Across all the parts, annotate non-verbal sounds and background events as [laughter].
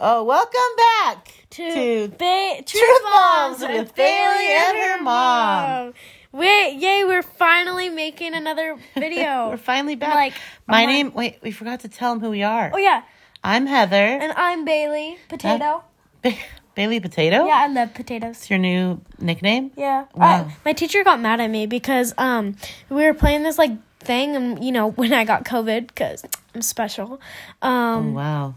Oh, welcome back to, to ba- Truth, Truth Moms Moms with with Bailey and her mom. Wait, yay, we're finally making another [laughs] video. We're finally back. Like, my oh my- name. Wait, we forgot to tell them who we are. oh, yeah. I'm Heather. And I'm Bailey. Potato. Ba- Bailey Potato. yeah, I love potatoes. It's your new nickname. Yeah. Wow. I- my teacher got mad at me because um we were playing this like thing and you know [laughs] when I got COVID because I'm special. Um Oh, Wow.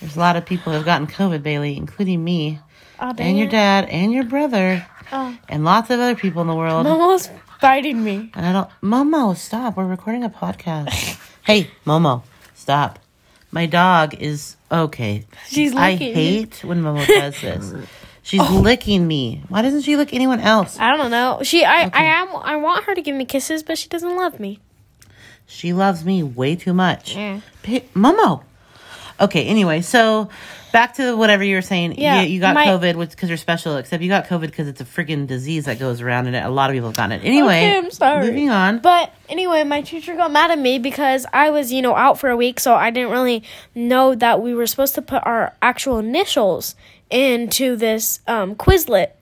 There's a lot of people who have gotten COVID, Bailey, including me, oh, dang and your it. dad, and your brother, Oh. and lots of other people in the world. Momo's biting me. And I don't. Momo, stop. We're recording a [laughs] podcast. hey, Momo, stop. My dog is okay. She's I licking Oh. you. hate when Momo does [laughs] this. She's licking me. Why doesn't she lick anyone else? I don't know. She I I am I want her to give me kisses, but she doesn't love me. She loves me way too much. Yeah. Pa- Momo. Okay, anyway, so back to whatever you were saying. Yeah, you, you got my- COVID because you're special, except you got COVID because it's a freaking disease that goes around and a lot of people have gotten it. Anyway, Okay, I'm sorry. moving on. But anyway, my teacher got mad at me because I was, you know, out for a week, so I didn't really know that we were supposed to put our actual initials into this um,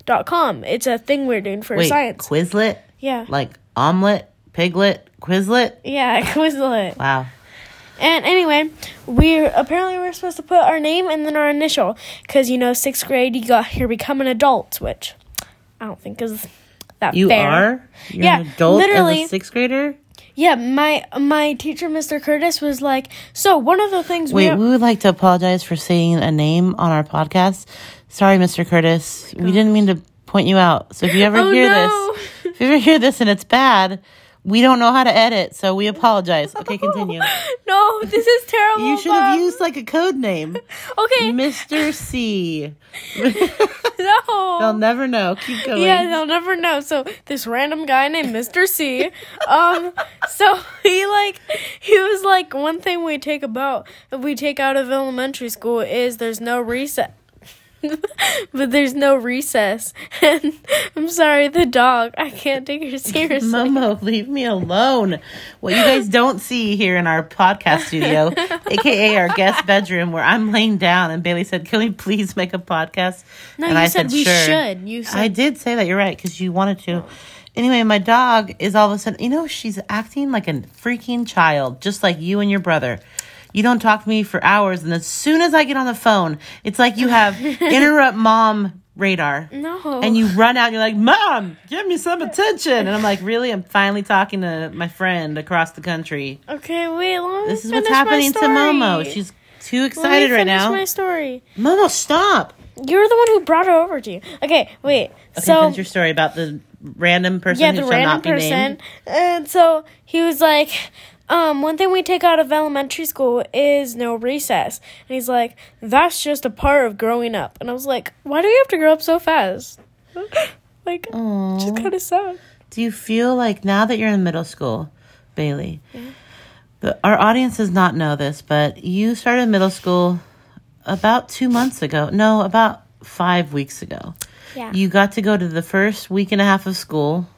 Quizlet.com. It's a thing we're doing for Wait, science. Quizlet? yeah. Like omelet, piglet, Quizlet? yeah, [laughs] Quizlet. Wow. And anyway, we apparently we're supposed to put our name and then our initial because you know sixth grade you got here become an adult, which I don't think is that You fair. are? You're Yeah, an adult literally. as a sixth grader? Yeah, my my teacher, Mr. Curtis, was like, so one of the things we Wait, have- we would like to apologize for saying a name on our podcast. Sorry, Mr. Curtis. we didn't mean to point you out. So if you ever Oh, hear no. this, if you ever hear this and it's bad, we don't know how to edit, so we apologize. Okay, [laughs] continue. no, this is terrible. You should have Bob. used like a code name, Okay, Mr. C. They'll [laughs] no. never know. Keep going. Yeah, they'll never know. So this random guy named Mr. C, um, so he like he was like one thing we take about we take out of elementary school is there's no recess. [laughs] but there's no recess, [laughs] and I'm sorry, the dog. I can't take [laughs] her seriously. Momo, leave me alone. What you guys don't see here in our podcast [laughs] studio, aka our guest bedroom, where I'm laying down and Bailey said, Can we please make a podcast? No, and you said we should. You said I did say that. You're right because you wanted to. Anyway, my dog is all of a sudden. You know, she's acting like a freaking child, just like you and your brother. You don't talk to me for hours, and as soon as I get on the phone, it's like you have [laughs] interrupt mom radar. no. And you run out and you're like, Mom, give me some attention. And I'm like, Really? I'm finally talking to my friend across the country. okay, wait. Let me This is what's finish my happening to story. Momo. She's too Let me excited right finish now. My story. Momo, stop. You're the one who brought her over to you. Okay, wait. Okay, so finish your story about the random person yeah, who the shall random not be named. person. And so he was like, um, one thing we take out of elementary school is no recess. And he's like, that's just a part of growing up. And I was like, why do we have to grow up so fast? [laughs] like, just kind of sad. Do you feel like now that you're in middle school, Bailey, the, our audience does not know this, but you started middle school about two months ago. No, about five weeks ago. Yeah. You got to go to the first week and a half of school,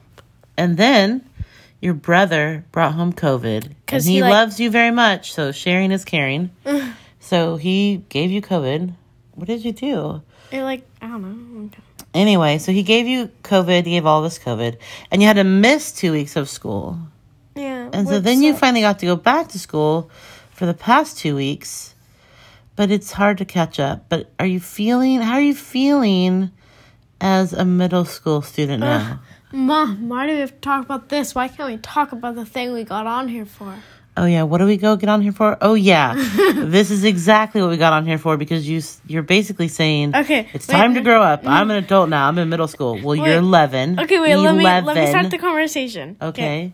and then your brother brought home COVID. 'Cause and he, he, like- loves you very much, so sharing is [laughs] caring. so he gave you COVID. What did you do? You're like, I don't know. Okay. Anyway, so he gave you COVID, he gave all this COVID, and you had to miss two weeks of school. Yeah. And so which then you sucks. finally got to go back to school for the past two weeks, but it's hard to catch up. But are you feeling, how are you feeling as a middle school student now? Mom, why do we have to talk about this? Why can't we talk about the thing we got on here for? Oh yeah, what do we go get on here for? Oh [laughs] yeah, this is exactly what we got on here for because you s- you're basically saying Okay, it's wait, time to wait. Mm-hmm. grow up. I'm an adult now. I'm in middle school. Well, Wait. you're 11. Okay, wait. Let me let me 11. start the conversation. Okay.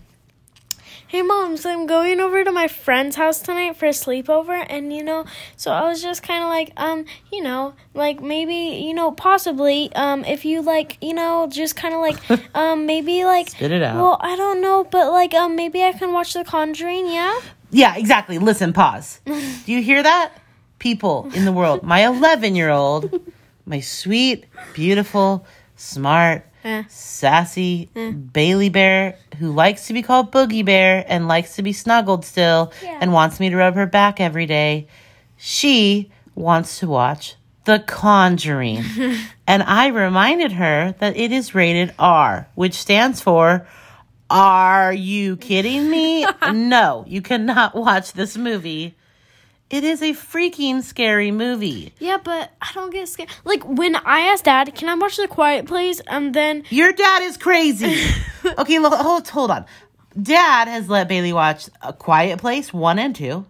Hey mom, so I'm going over to my friend's house tonight for a sleepover, and you know, so I was just kind of like, um, you know, like maybe, you know, possibly, um, if you like, you know, just kind of [laughs] like, um, maybe like, Spit it out. well, I don't know, but like, um, maybe I can watch The Conjuring, yeah. Yeah, exactly. Listen, [laughs] pause. Do you hear that? People in the world. My 11 year old, my sweet, beautiful, smart, Eh. sassy Bailey Bear, who likes to be called Boogie Bear and likes to be snuggled still Yeah. and wants me to rub her back every day, she wants to watch The [laughs] Conjuring. and I reminded her that it is rated R, which stands for Are you kidding me? no, you cannot watch this movie. It is a freaking scary movie. Yeah, but I don't get scared. Like when I asked Dad, "Can I watch The Quiet Place?" and then Your dad is [laughs] crazy. okay, lo- hold hold on. Dad has let Bailey watch A Quiet Place one and two.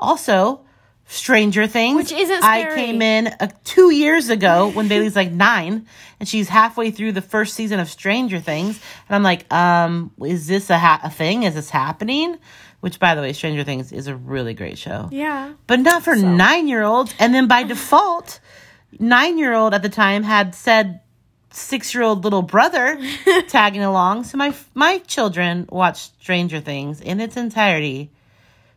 Also, Stranger Things, Which isn't I scary. came in uh, two years ago when Bailey's like nine, and she's halfway through the first season of Stranger Things, and I'm like, um, is this a ha- a thing? Is this happening? Which, by the way, Stranger Things is a really great show yeah, but not for nine year olds. And then by default, nine year old at the time had said six year old little [laughs] brother tagging along. So my my children watched Stranger Things in its entirety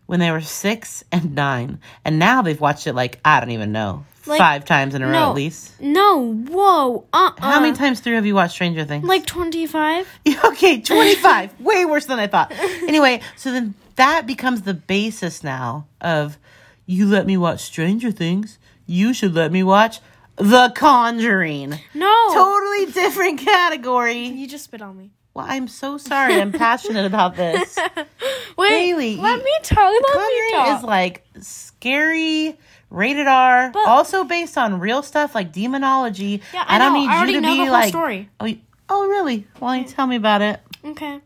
when they were six and nine, and now they've watched it like I don't even know Like, five times in a row no. at least. no, whoa, uh, uh How many times through have you watched Stranger Things? like twenty five. [laughs] okay, 25. Way worse than I thought. Anyway, so then that becomes the basis now of you let me watch Stranger Things. You should let me watch The [laughs] Conjuring. No, Totally different category. you just spit on me. Well, I'm so sorry. I'm passionate about [laughs] this. Wait, Bailey, let you- me talk. Let me Conjuring talk. is like scary, rated R, also based on real stuff like demonology. Yeah, I know. I already know the whole story. Oh, you- oh, really? Well, you tell me about it. Okay.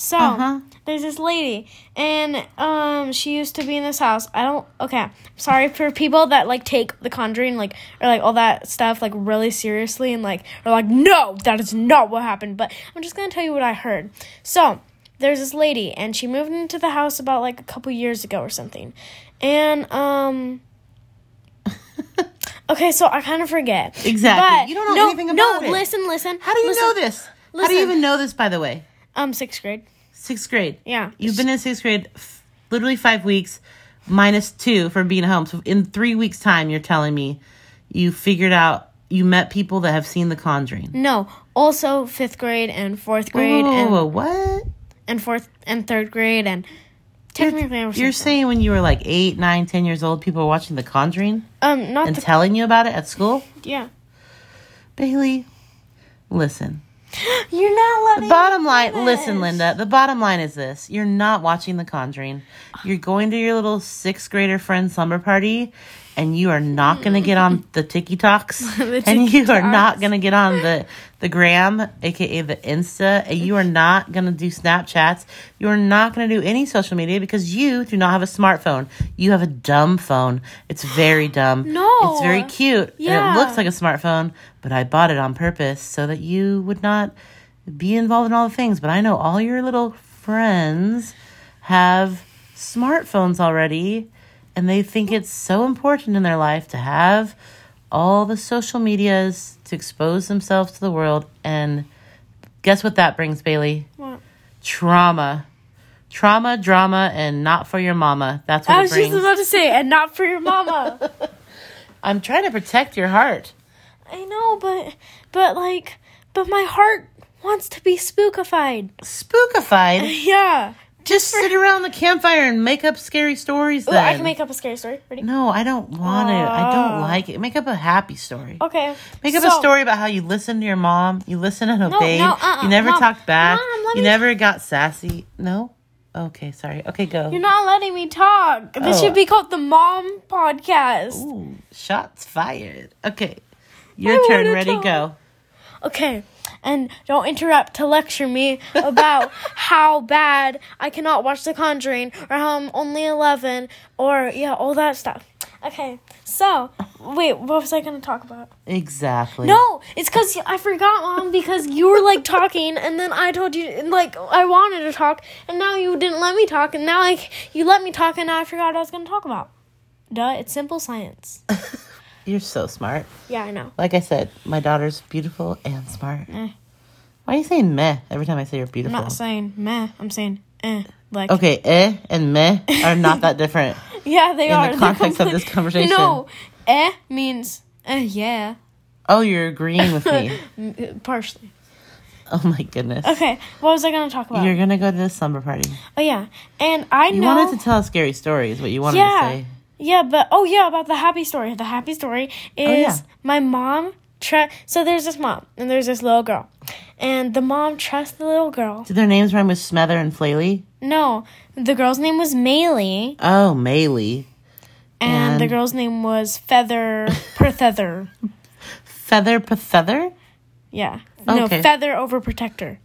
So Uh-huh. there's this lady, and um, she used to be in this house. I don't. Okay, sorry for people that like take The Conjuring, like or like all that stuff, like really seriously, and like are like, no, that is not what happened. But I'm just gonna tell you what I heard. So there's this lady, and she moved into the house about like a couple years ago or something, [laughs] and um. Okay, so I kind of forget. Exactly. But- You don't know no, anything about no, it. listen, listen. How do you listen. know this? How do you Listen. even know this, by the way? Um, sixth grade. Sixth grade. Yeah. You've been in sixth grade f- literally five weeks, minus two from being home. So in three weeks' time, you're telling me you figured out you met people that have seen The Conjuring. No, also fifth grade and fourth grade Whoa, and, whoa, what? and fourth and third grade and technically I was You're saying when you were like eight, nine, ten years old, people were watching The Conjuring um not and the telling you about it at school? yeah. Bailey, listen. You're not letting Bottom line, listen, Linda. The bottom line is this: you're not watching The Conjuring. You're going to your little sixth grader friend's slumber party, and you are not going to get on the Tiki Talks, Hmm. [laughs] The [laughs] and you are TikToks. not going to get on the the Gram, aka the Insta, and you are not going to do Snapchats. You are not going to do any social media because you do not have a smartphone. You have a dumb phone. It's very dumb. No. it's very cute, Oh, Yeah. and it looks like a smartphone, but I bought it on purpose so that you would not be involved in all the things. But I know all your little friends have smartphones already, and they think it's so important in their life to have all the social medias to expose themselves to the world. And guess what that brings, Bailey? What? Trauma. Trauma, drama, and not for your mama. That's what I it was brings. just about to say and not for [laughs] your mama. I'm trying to protect your heart. I know, but but like but my heart wants to be spookified. [laughs] Spookified. Yeah. Just sit around the campfire and make up scary stories. Ooh, then. I can make up a scary story. Ready? No, I don't want to. I don't like it. Make up a happy story. Okay. Make up a so- story about how you listened to your mom, you listened and obeyed, no, uh-uh, you never Mom. talked back, Mom, let you me- never got sassy. No. Okay, sorry. Okay, go. You're not letting me talk. This Oh. should be called the Mom Podcast. Ooh, shots fired. Okay, your I turn. wanna Ready? talk. Go. Okay, and don't interrupt to lecture me [laughs] about how bad I cannot watch The Conjuring or how I'm only 11 or, yeah, all that stuff. Okay, so, wait, what was I gonna talk about? Exactly. No, it's because I forgot, Mom, because you were like talking and then I told you, and, like, I wanted to talk and now you didn't let me talk and now, like, you let me talk and now I forgot what I was gonna talk about. Duh, it's simple [laughs] science. You're so smart. Yeah, I know. Like I said, my daughter's beautiful and smart. Eh. Why are you saying meh every time I say you're beautiful? I'm not saying meh, I'm saying eh. Like, okay, eh and meh are not that different. [laughs] Yeah, they are. the They're context of this complete- conversation. No, eh means eh, yeah, Oh, you're agreeing with me. [laughs] M- partially. Oh my goodness. Okay, what was I gonna talk about? You're gonna go to this slumber party. oh yeah, and I You know. wanted to tell scary stories, what you wanted yeah, to say. Yeah, but oh yeah, about the happy story. The happy story is Oh, yeah. my mom. Tra- so there's this mom and there's this little girl, and the mom trusts the little girl. Did their names rhyme with Smether and Flaley? No, the girl's name was Maylee, Oh, Maley. and, the And- girl's name was Feather Perfeather. Feather Pefeather? Yeah, no Okay. Feather over Protector.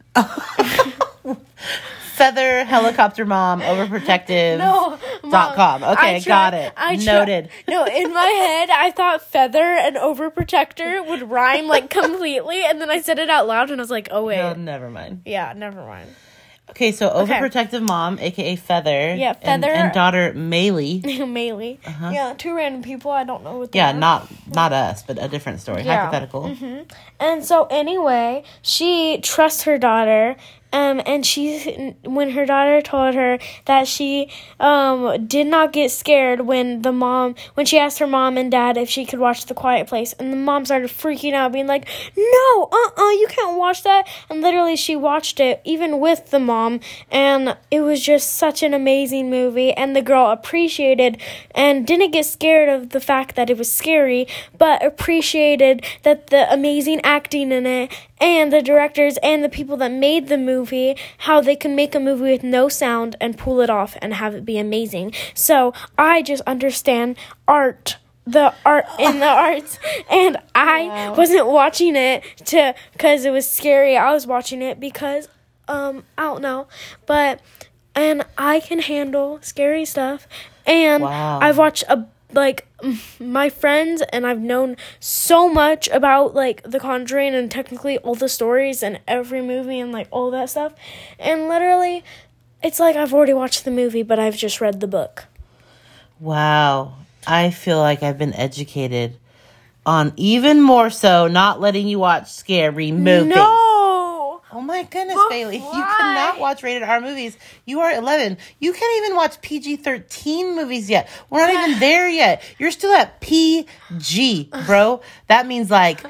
Feather helicopter mom overprotective. No, Dot Oh, Mom, com. Okay, I tri- got it. I tri- Noted. No, [laughs] in my head, I thought feather and overprotector would rhyme like completely, and then I said it out loud, and I was like, oh wait, Oh, never mind. yeah, never mind. [laughs] Okay, so overprotective mom, aka Feather. Yeah, and- Feather- And, daughter Maley. [laughs] Mainly, yeah, two random people. I don't know what. They Uh-huh. Yeah, are. not not us, but a different story. Yeah. Hypothetical. And so anyway, she trusts her daughter. Um, and she, when her daughter told her that she um, did not get scared when the mom, when she asked her mom and dad if she could watch The Quiet Place, and the mom started freaking out, being like, "No, uh, uh you can't watch that." And literally, she watched it even with the mom, and it was just such an amazing movie. And the girl appreciated and didn't get scared of the fact that it was scary, but appreciated that the amazing acting in it and the directors and the people that made the movie, how they can make a movie with no sound and pull it off and have it be amazing. So I just understand art. The art in the arts, and I wasn't watching it to because it was scary. I was watching it because um I don't know, but and I can handle scary stuff. And Wow. I've watched a like my friends and I've known so much about like The Conjuring and technically all the stories and every movie and like all that stuff. And literally it's like I've already watched the movie but I've just read the book. Wow. I feel like I've been educated on even more so not letting you watch scary movies. No. Oh my goodness, But Bailey. You why? cannot watch rated R movies. You are 11. You can't even watch PG 13 movies yet. We're not [sighs] even there yet. You're still at PG, bro. That means like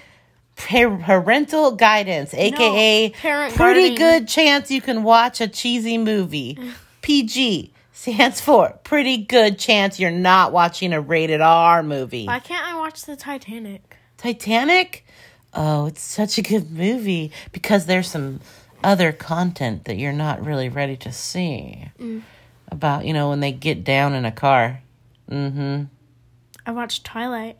par- parental guidance, aka parent pretty guarding. good chance you can watch a cheesy [sighs] movie. PG stands for pretty good chance you're not watching a rated R movie. Why can't I watch the Titanic? Titanic? Oh, it's such a good movie because there's some other content that you're not really ready to see. Mm. About, you know, when they get down in a car. I watched Twilight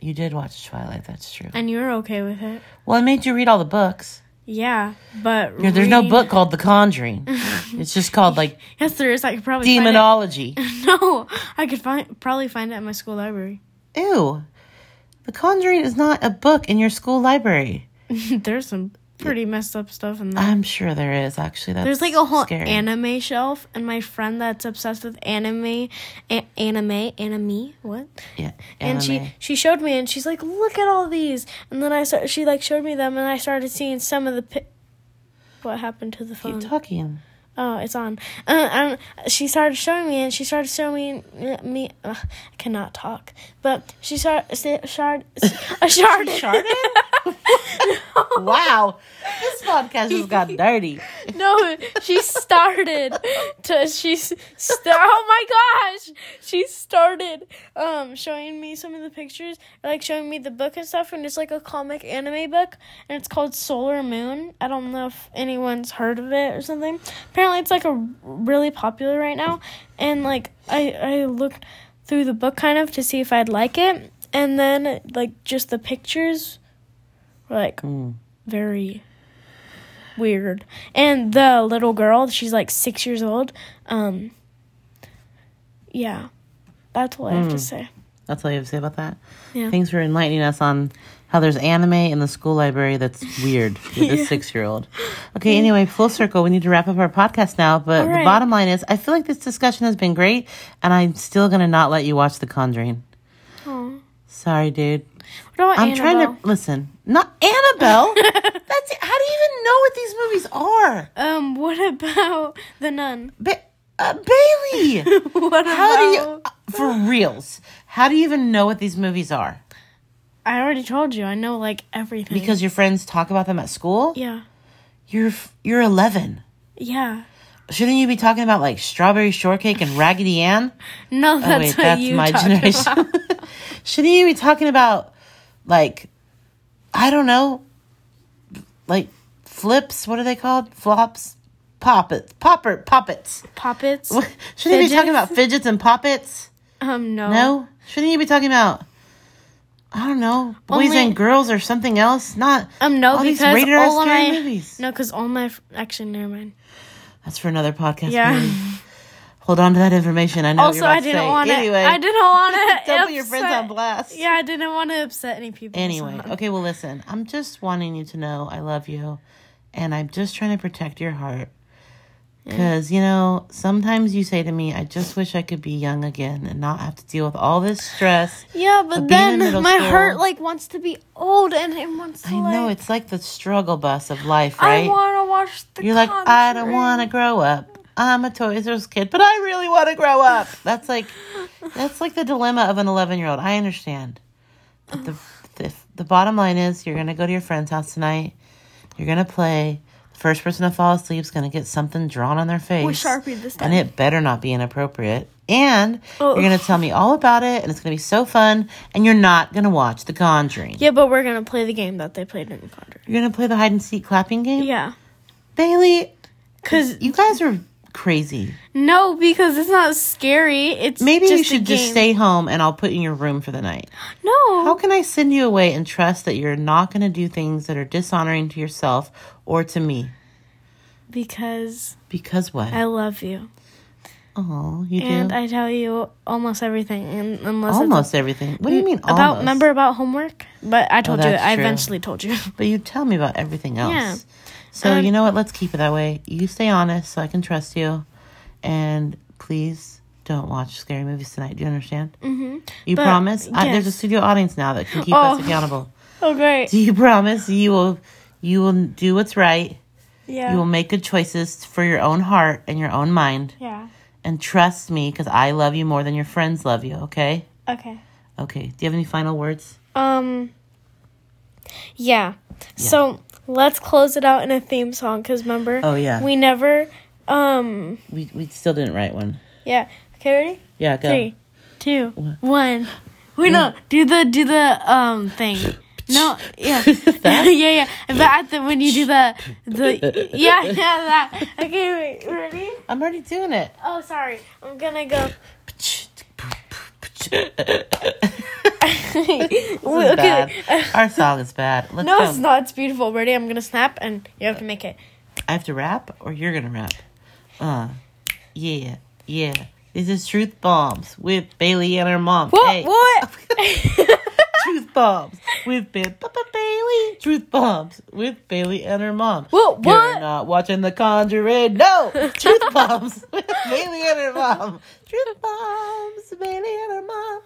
You did watch Twilight, that's true. and you were okay with it. Well, I made you read all the books. Yeah, but There's no reading- book called The [laughs] Conjuring. it's just called like Yes, there is. I could probably find it- [laughs] Demonology. No, I could find probably find it at my school library. [laughs] Ew. The Conjuring is not a book in your school library. There's some pretty messed up stuff in there. I'm sure there is actually. That's There's like a whole Uh, scary. anime shelf, and my friend that's obsessed with anime, a- anime, anime, what? yeah, And anime. she she showed me, and she's like, "Look at all these." And then I saw she like showed me them, and I started seeing some of the. Pi- what happened to the Keep phone? talking. Oh, it's on. Uh, um, she started showing me, and she started showing me. me uh, I cannot talk, but she started. [laughs] Shard, [laughs] a shard. [laughs] Wow. This podcast just [laughs] got dirty. No, she started to she s- st- oh my gosh, she started um showing me some of the pictures, like showing me the book and stuff, and it's like a comic anime book, and it's called Solar Moon. I don't know if anyone's heard of it or something. Apparently, it's like a r- really popular right now, and like I I looked through the book kind of to see if I'd like it, and then like just the pictures were like very weird. And the little girl, she's like six years old. Um, yeah, that's all I Hmm. have to say. That's all you have to say about that? Yeah. Thanks for enlightening us on how there's anime in the school library that's [laughs] weird with a six year old. Okay, anyway, full circle. We need to wrap up our podcast now, but All the right. bottom line is I feel like this discussion has been great, and I'm still going to not let you watch The Conjuring. Sorry, dude. What about I'm Annabelle? trying to listen. Not [laughs] Annabelle. That's it. How do you even know what these movies are? Um, what about [laughs] the nun? Ba- uh, [laughs] Bailey. What How do about- you, uh, for reals, how do you even know what these movies are? I already told you. I know like everything. Because your friends talk about them at school? yeah, You're, f- you're 11. yeah. Shouldn't you be talking about like strawberry shortcake and Raggedy Ann? No, Oh, [laughs] that's wait, what that's you my talked about. generation. [laughs] Shouldn't you be talking about like I don't know, like flips? What are they called? Flops, poppets, popper, poppets. [laughs] Poppets. Shouldn't you be talking Fidgets? about fidgets and poppets? Um, no. No. Shouldn't you be talking about? I don't know, boys Only- and girls or something else. Not Um, no, all because these rated R all of scary my movies. no, because all my fr- actually never mind. That's for another podcast. Yeah. maybe. Hold on to that information. I know. what [laughs] also, you're about I to didn't say. want to. Anyway, I didn't want to. [laughs] Don't put your friends on blast. Yeah, I didn't want to upset any people. so- Anyway, okay, well, listen, I'm just wanting you to know I love you and I'm just trying to protect your heart. Because, you know, sometimes you say to me, I just wish I could be young again and not have to deal with all this stress. Yeah, in but then middle my school- heart like wants to be old and it wants to. I know like, it's like the struggle bus of life, I right? want to watch the. You're like, I don't want to grow up. I'm a Toys R Us kid, but I really want to grow up. That's like, that's like the dilemma of an 11 year old. I understand. But the, the the bottom line is, you're gonna go to your friend's house tonight. You're gonna play. The first person to fall asleep is gonna get something drawn on their face. Sharpie this And it better not be inappropriate. And Oh. you're gonna tell me all about it, and it's gonna be so fun. And you're not gonna watch The Conjuring. Yeah, but we're gonna play the game that they played in the Conjuring. You're gonna play the hide and seek clapping game. Yeah, Bailey, cause you guys are crazy. no, because it's not scary. It's Maybe just you should a just game. stay home and I'll put you in your room for the night. no. How can I send you away and trust that you're not going to do things that are dishonoring to yourself or to me? because Because what? I love you, Oh, you and do I tell you almost everything, and unless it's Mm, almost everything. What do you mean about almost? Oh, remember about homework, but I told you. that's I true. eventually told you. [laughs] But you tell me about everything else. Yeah. So Um, you know what? Let's keep it that way. You stay honest, so I can trust you. And please don't watch scary movies tonight. Do you understand? Mm-hmm. You But- promise? I, there's a yes. studio audience now that can keep us Oh. accountable. oh great! Do you promise you will you will do what's right? Yeah. You will make good choices for your own heart and your own mind. yeah. And trust me, because I love you more than your friends love you, okay? Okay. Okay. Do you have any final words? Um. Yeah. So let's close it out in a theme song because remember, Oh, yeah. we never. Um. We, we still didn't write one. Yeah. Okay. Ready? Yeah, go. Three, two, one. We no do the do the um [laughs] thing. No, yeah, yeah, [laughs] yeah. But at the, when you do the [laughs] the yeah yeah that. Okay, wait, ready? I'm already doing [laughs] it. Oh, sorry. I'm [laughs] gonna go. [laughs] This is okay. bad. Um, Our song is bad. Let's [laughs] No, go. it's not. It's beautiful. Ready? I'm gonna snap, and you have to make it. I have to rap or you're gonna rap. Uh yeah, yeah. This is Truth Bombs with Bailey and her mom. What? Hey. What? [laughs] [laughs] Truth bombs with Ba- Ba- Ba- Bailey. Truth bombs with Bailey and her mom. [laughs] What- You're what? not watching The Conjuring. No. Truth [laughs] bombs with Bailey and her mom. Truth bombs, Bailey and her mom.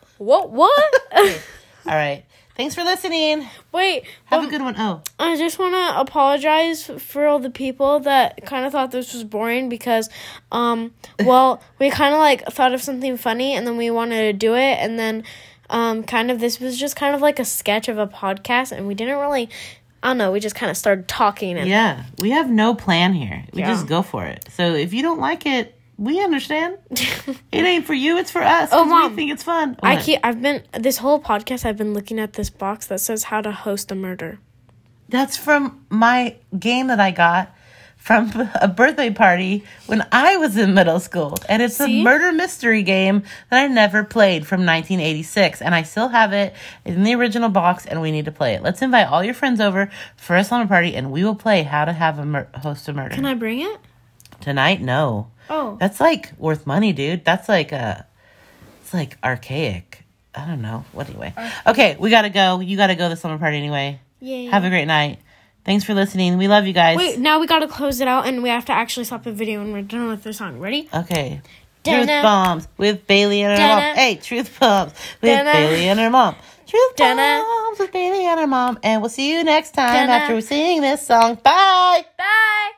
[laughs] what? What? All right. Thanks for listening. wait. Have um, a good one. Oh, I just want to apologize for all the people that kind of thought this was boring because, [laughs] um, well, we kind of like thought of something funny and then we wanted to do it and then, um, kind of this was just kind of like a sketch of a podcast and we didn't really, I don't know, we just kind of started talking and yeah. We have no plan here. We Yeah. just go for it. So if you don't like it, we [laughs] understand. it ain't for you. It's for us. 'cause Mom. we think it's fun. I What? keep I've been this whole podcast I've been looking at this box that says how to host a murder. That's from my game that I got from [laughs] a birthday party when I was in middle school. And it's a See? murder mystery game that I never played from 1986. And I still have it in the original box, and we need to play it. Let's invite all your friends over for a slumber party, and we will play How to Have a mur- Host a Murder. Can I bring it? Tonight, no. Oh. That's like worth money, dude. That's like a, it's like archaic. I don't know. What anyway? Okay, we gotta go. You gotta go to the slumber party anyway. Yay. Have a great night. Thanks for listening. We love you guys. Wait, now we gotta close it out and we have to actually stop the video and we're done with the song. Ready? Okay. Truth Dun-dun. bombs with Bailey and her mom. Dun-dun. Hey, truth bombs with Dun-dun. Bailey and her mom. Truth Dun-dun. bombs with Bailey and her mom. And we'll see you next time Dun-dun. after we sing this song. Bye. Bye!